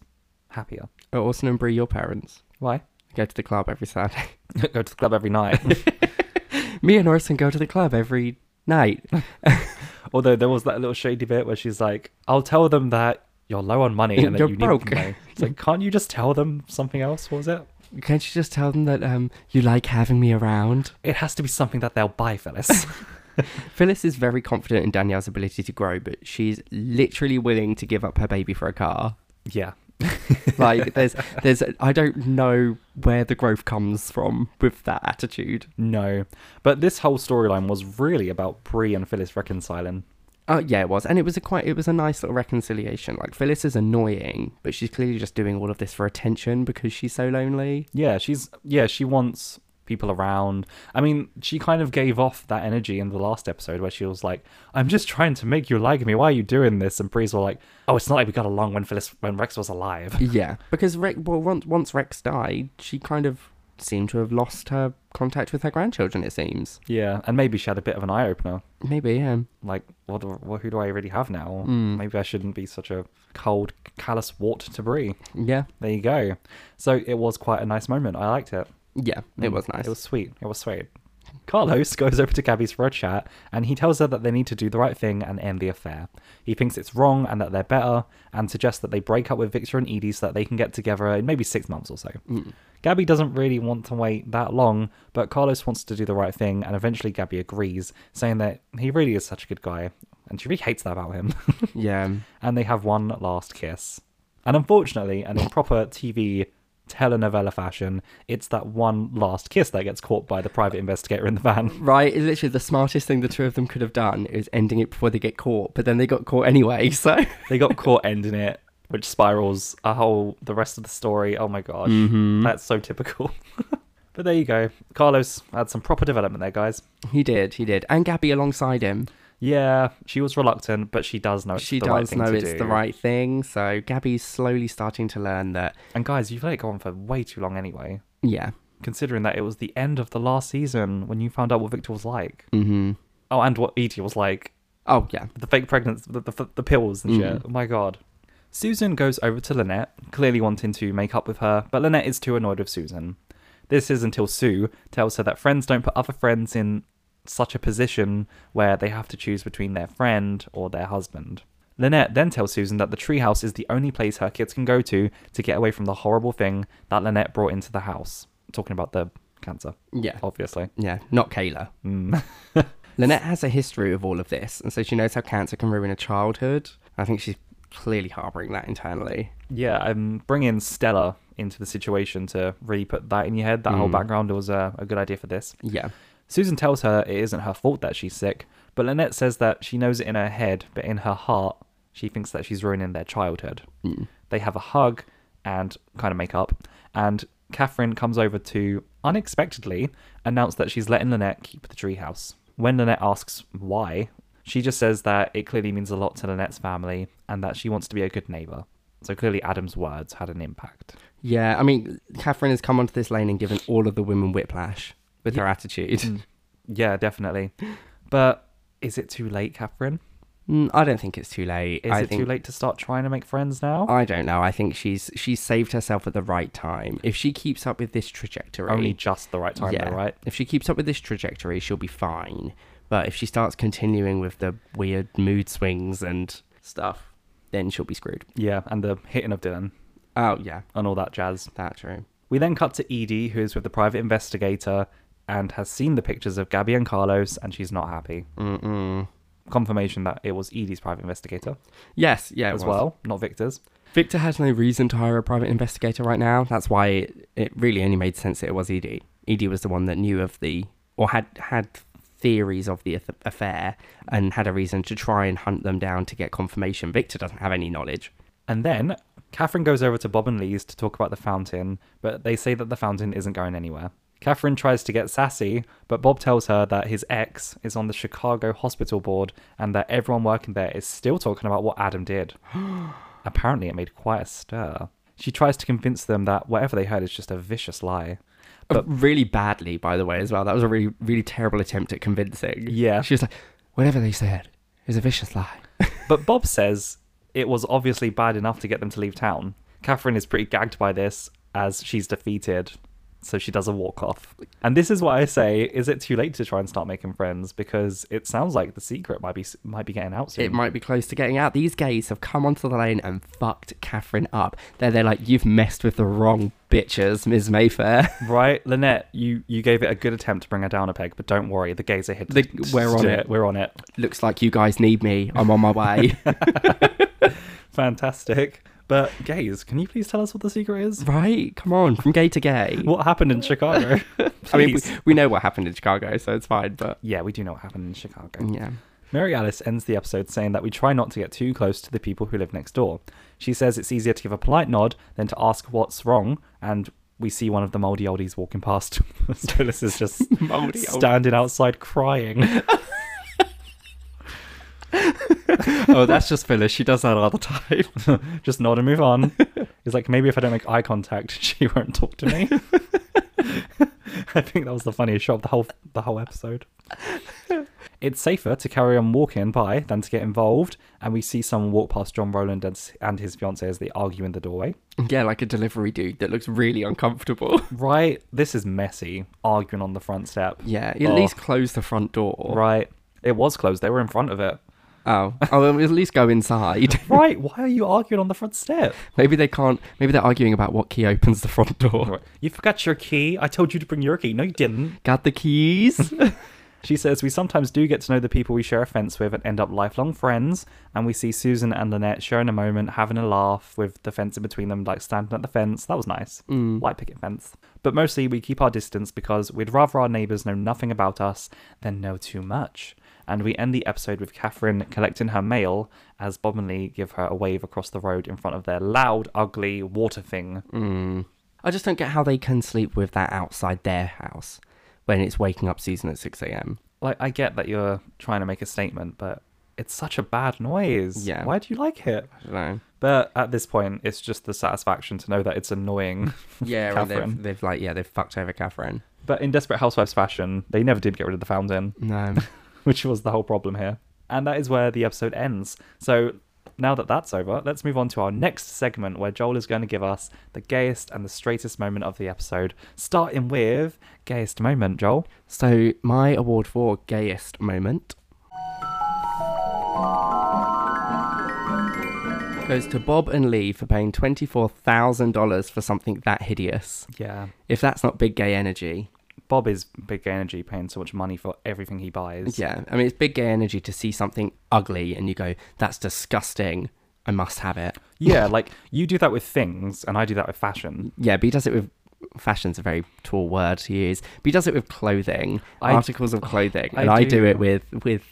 happier. Are Orson and Brie your parents? Why? *laughs* Go to the club every Saturday. *laughs* go to the club every night. Me and Orson go to the club every night. Although there was that little shady bit where she's like, "I'll tell them that *laughs* you're low on money and that You're you broke. need money." It's like, can't you just tell them something else? What was it? Can't you just tell them that um, you like having me around? It has to be something that they'll buy, Phyllis. *laughs* Phyllis is very confident in Danielle's ability to grow, but she's literally willing to give up her baby for a car. yeah. Like there's there's I don't know where the growth comes from with that attitude. No. But this whole storyline was really about Bree and Phyllis reconciling. Oh yeah, it was, and it was a quite it was a nice little reconciliation. Like Phyllis is annoying, but she's clearly just doing all of this for attention because she's so lonely. Yeah, she's yeah, she wants people around. I mean, she kind of gave off that energy in the last episode where she was like, "I'm just ttrying to make you like me. Why are you doing this?" And Bree's were like, "Oh, it's not like we got along when Phyllis when Rex was alive." Yeah, because Rex well once once Rex died, she kind of seemed to have lost her contact with her grandchildren. It seems *laughs* Yeah, and maybe she had a bit of an eye opener. maybe yeah. Like, what, do- what who do I really have now? Maybe I shouldn't be such a cold, callous wart to Bree. Yeah, There you go. So it was quite a nice moment. I liked it. yeah, Mm, it was nice. It was sweet. It was sweet. Carlos goes over to Gabby's for a chat and he tells her that they need to do the right thing and end the affair. He thinks it's wrong and that they're better and suggests that they break up with Victor and Edie so that they can get together in maybe six months or so. Mm. Gabby doesn't really want to wait that long, but Carlos wants to do the right thing and eventually Gabby agrees, saying that he really is such a good guy and she really hates that about him. *laughs* yeah, and they have one last kiss. And unfortunately, and in proper TV telenovela fashion, it's that one last kiss that gets caught by the private investigator in the *laughs* van. right. it's Literally, the smartest thing the two of them could have done is ending it before they get caught, but then they got caught anyway. *laughs* So They got caught ending it, which spirals a whole the rest of the story. Oh my gosh, Mm-hmm. that's so typical. *laughs* but there you go. Carlos had some proper development there, guys. he did, he did, and Gabby alongside him. Yeah, she was reluctant, but she does know it's she the does right thing know to it's do. the right thing. So Gabby's slowly starting to learn that, And guys, you've let it go on for way too long anyway. yeah, Considering that it was the end of the last season when you found out what Victor was like. Oh, and what Edie was like. oh, yeah, the fake pregnancy, the, the, the pills and shit. Oh my god. Susan goes over to Lynette, clearly wanting to make up with her, but Lynette is too annoyed with Susan. This is until Sue tells her that friends don't put other friends in such a position where they have to choose between their friend or their husband. Lynette then tells Susan that the treehouse is the only place her kids can go to to get away from the horrible thing that Lynette brought into the house. Talking about the cancer. Yeah. Obviously. yeah, not Kayla. Hmm. *laughs* Lynette has a history of all of this, and so she knows how cancer can ruin a childhood. I think she's clearly harboring that internally. yeah, um, bringing Stella into the situation to really put that in your head. That whole background was uh, a good idea for this. Yeah, Susan tells her it isn't her fault that she's sick, but Lynette says that she knows it in her head, but in her heart, she thinks that she's ruining their childhood. They have a hug and kind of make up, and Catherine comes over to unexpectedly announce that she's letting Lynette keep the treehouse. When Lynette asks why, she just says that it clearly means a lot to Lynette's family and that she wants to be a good neighbour. So clearly, Adam's words had an impact. yeah. I mean, Catherine has come onto this lane and given all of the women whiplash with her attitude. Hmm. Yeah, definitely. But is it too late, Catherine? Mm, I don't think it's too late. Is I it think, too late to start trying to make friends now? I don't know. I think she's she's saved herself at the right time. If she keeps up with this trajectory, Only just the right time, though, right? If she keeps up with this trajectory, she'll be fine. But if she starts continuing with the weird mood swings and stuff, then she'll be screwed. Yeah, and the hitting of Dylan Oh yeah, and all that jazz. that's true. We then cut to Edie, who is with the private investigator and has seen the pictures of Gabby and Carlos, and she's not happy. Mm-mm. Confirmation that it was Edie's private investigator Yes, yeah, it as was. well, not Victor's. Victor has no reason to hire a private investigator right now. That's why it, it really only made sense that it was E Edie. Edie was the one that knew of the or had had theories of the aff- affair and had a reason to try and hunt them down to get confirmation. Victor doesn't have any knowledge. And then Catherine goes over to Bob and Lee's to talk about the fountain, but they say that the fountain isn't going anywhere. Catherine tries to get sassy, but Bob tells her that his ex is on the Chicago hospital board and that everyone working there is still talking about what Adam did. Apparently, it made quite a stir. She tries to convince them that whatever they heard is just a vicious lie. But Uh, really badly, by the way, as well. That was a really, really terrible attempt at convincing. Yeah. She was like, whatever they said is a vicious lie. But Bob says it was obviously bad enough to get them to leave town. Catherine is pretty gagged by this as she's defeated So she does a walk off. And this is why I say, is it too late to try and start making friends? Because it sounds like the secret might be might be getting out soon. *laughs* It might be close to getting out. These gays have come onto the lane and fucked Catherine up. They're, they're like, you've messed with the wrong bitches, Ms. Mayfair. *laughs* Right, Lynette, you, you gave it a good attempt to bring her down a peg, but don't worry, the gays are here. to- The- to we're on do it. We're on it. Looks like you guys need me. I'm on my *laughs* way. Fantastic. But gays, can you please tell us what the secret is? right? Come on, from gay to gay. What happened in Chicago? *laughs* I mean, we, Please. we know what happened in Chicago, so it's fine, but yeah, we do know what happened in Chicago. yeah. Mary Alice ends the episode saying that we try not to get too close to the people who live next door. She says it's easier to give a polite nod than to ask what's wrong, and we see one of the moldy oldies walking past. *laughs* Phyllis is just *laughs* Moldy old- standing outside crying. *laughs* oh, that's just Phyllis. She does that all the time. *laughs* just nod and move on. He's like, maybe if I don't make eye contact, *laughs* she won't talk to me. *laughs* I think that was the funniest shot of the whole the whole episode. It's safer to carry on walking by than to get involved, and we see someone walk past John Rowland and, s- and his fiancee as they argue in the doorway. Yeah, like a delivery dude that looks really uncomfortable. Right, this is messy. Arguing on the front step. Yeah, *laughs* at Oh. least close the front door. Right, it was closed. They were in front of it. Oh, oh, well, at least go inside. *laughs* Right, why are you arguing on the front step? maybe they can't. Maybe they're arguing about what key opens the front door. You forgot your key. I told you to bring your key. No, you didn't. Got the keys. *laughs* She says, We sometimes do get to know the people we share a fence with and end up lifelong friends. And we see Susan and Lynette sharing a moment, having a laugh with the fence in between them, like standing at the fence. That was nice. White picket fence. But mostly we keep our distance because we'd rather our neighbours know nothing about us than know too much. And we end the episode with Catherine collecting her mail as Bob and Lee give her a wave across the road in front of their loud, ugly water thing. I just don't get how they can sleep with that outside their house when it's waking up Susan at six a.m. Like, I get that you're trying to make a statement, but it's such a bad noise. Yeah. Why do you like it? I don't know. But at this point, it's just the satisfaction to know that it's annoying. *laughs* Yeah, and Catherine. they've, they've like yeah they've fucked over Catherine. But in Desperate Housewives fashion, they never did get rid of the fountain, *laughs* No, *laughs* which was the whole problem here. And that is where the episode ends. So now that that's over, let's move on to our next segment where Joel is going to give us the gayest and the straightest moment of the episode, starting with gayest moment, Joel. so my award for gayest moment goes to Bob and Lee for paying twenty four thousand dollars for something that hideous. Yeah. If that's not big gay energy, Bob is big gay energy, paying so much money for everything he buys. yeah. I mean, it's big gay energy to see something ugly and you go, "That's disgusting. I must have it." Yeah, like you do that with things, and I do that with *laughs* fashion. Yeah, but he does it with fashion's a very tall word to use. But he does it with clothing, I- articles of clothing, I and I do do. it with with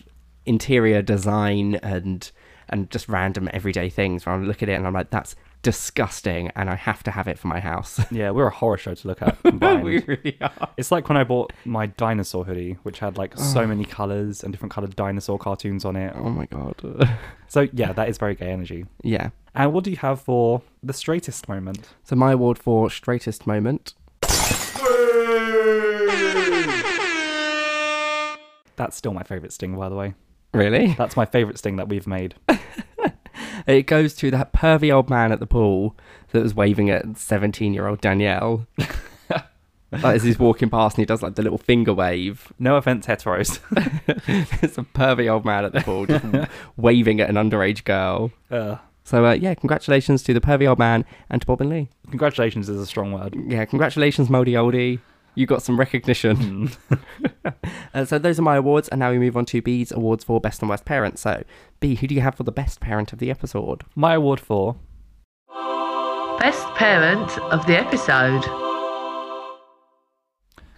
interior design and and just random everyday things. Where I look at it and I'm like, "That's disgusting," and I have to have it for my house. Yeah, we're a horror show to look at. combined. *laughs* we really are. It's like when I bought my dinosaur hoodie, which had like so many colors and different colored dinosaur cartoons on it. Oh my god. *laughs* So yeah, that is very gay energy. yeah. And what do you have for the straightest moment? So my award for straightest moment That's still my favorite sting, by the way. Really? That's my favorite sting that we've made. *laughs* It goes to that pervy old man at the pool that was waving at 17 year old Danielle. like, as he's walking past and he does like the little finger wave. No offense, heteros. *laughs* It's a pervy old man at the pool just waving at an underage girl. uh, So, uh, yeah, congratulations to the pervy old man and to Bob and Lee. congratulations is a strong word. Yeah, congratulations, Moldy Oldie. You got some recognition. Mm. *laughs* Uh, so, those are my awards, and now we move on to B's awards for best and worst parents. So, B, who do you have for the best parent of the episode? My award for Best parent of the episode.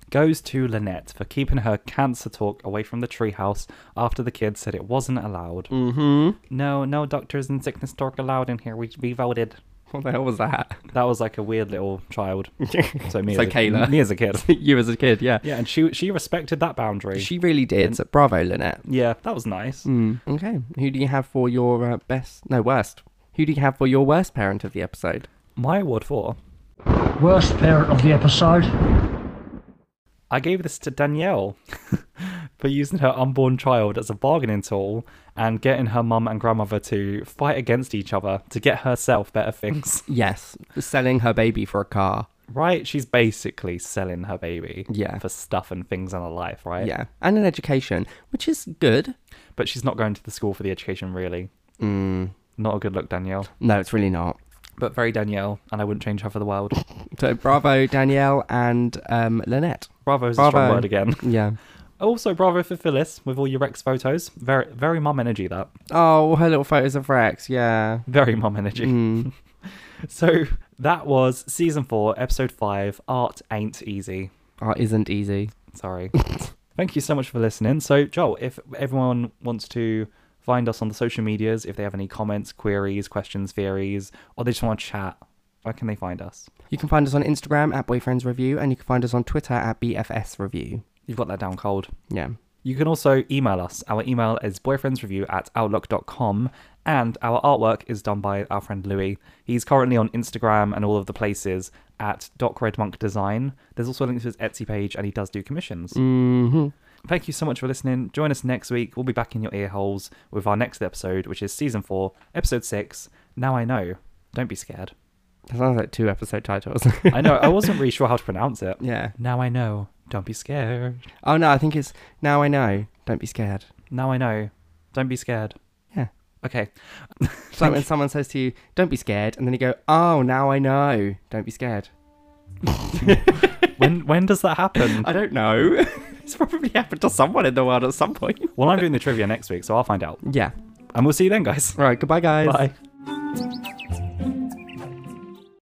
goes to Lynette for keeping her cancer talk away from the treehouse after the kids said it wasn't allowed. Mm hmm. No, no doctors and sickness talk allowed in here. We, we voted. What the hell was that? *laughs* That was like a weird little child. So me, So as a, Kayla. me as a kid. you as a kid, yeah. *laughs* Yeah, and she she respected that boundary. Mm. She really did. So bravo, Lynette. yeah, that was nice. Okay. Who do you have for your uh, best? No, worst. Who do you have for your worst parent of the episode? My award for Worst parent of the episode. I gave this to *laughs* Danielle for using her unborn child as a bargaining tool and getting her mum and grandmother to *laughs* fight against each other to get herself better things. Yes, selling her baby for a car. right? She's basically selling her baby Yeah. for stuff and things and a life, right? Yeah, and an education, which is good. But she's not going to the school for the education, really. Mm. Not a good look, Danielle. No, it's really not. But very Danielle, and I wouldn't change her for the *laughs* world. So bravo, Danielle and um, Lynette. Bravo is a strong Bravo. word again. Yeah. Also, bravo for Phyllis with all your Rex photos. Very, very mum energy, that. Oh, her little photos of Rex. *laughs* Yeah. Very mum energy. Mm. *laughs* so that was season four, episode five. Art ain't easy. Art Oh, isn't easy. Sorry. Thank you so much for listening. So, Joel, if everyone wants to find us on the social medias, if they have any comments, queries, questions, theories, or they just want to chat, where can they find us? You can find us on Instagram at Boyfriends Review, and you can find us on Twitter at BFS Review. You've got that down cold. Yeah. You can also email us. Our email is boyfriendsreview at outlook.com, and our artwork is done by our friend Louis. He's currently on Instagram and all of the places at Doc Red Monk Design. There's also a link to his Etsy page, and he does do commissions. Mm. Mm-hmm. Thank you so much for listening. Join us next week. We'll be back in your ear holes with our next episode, which is season four, episode six. Now I know. Don't be scared. That sounds like two episode titles. *laughs* I know, I wasn't really sure how to pronounce it. yeah. Now I know. Don't be scared. Oh no, I think it's now I know. Don't be *laughs* scared. Now I know. Don't be scared. Yeah. Okay. It's like when someone says to you, "Don't be scared," and then you go, "Oh, now I know. Don't be scared." when when does that happen? I don't know. *laughs* it's probably happened to someone in the world at some point. Well, I'm doing the trivia next week, so I'll find out. Yeah. And we'll see you then, guys. All right. Goodbye, guys. Bye.